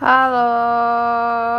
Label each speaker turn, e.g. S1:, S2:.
S1: Hello。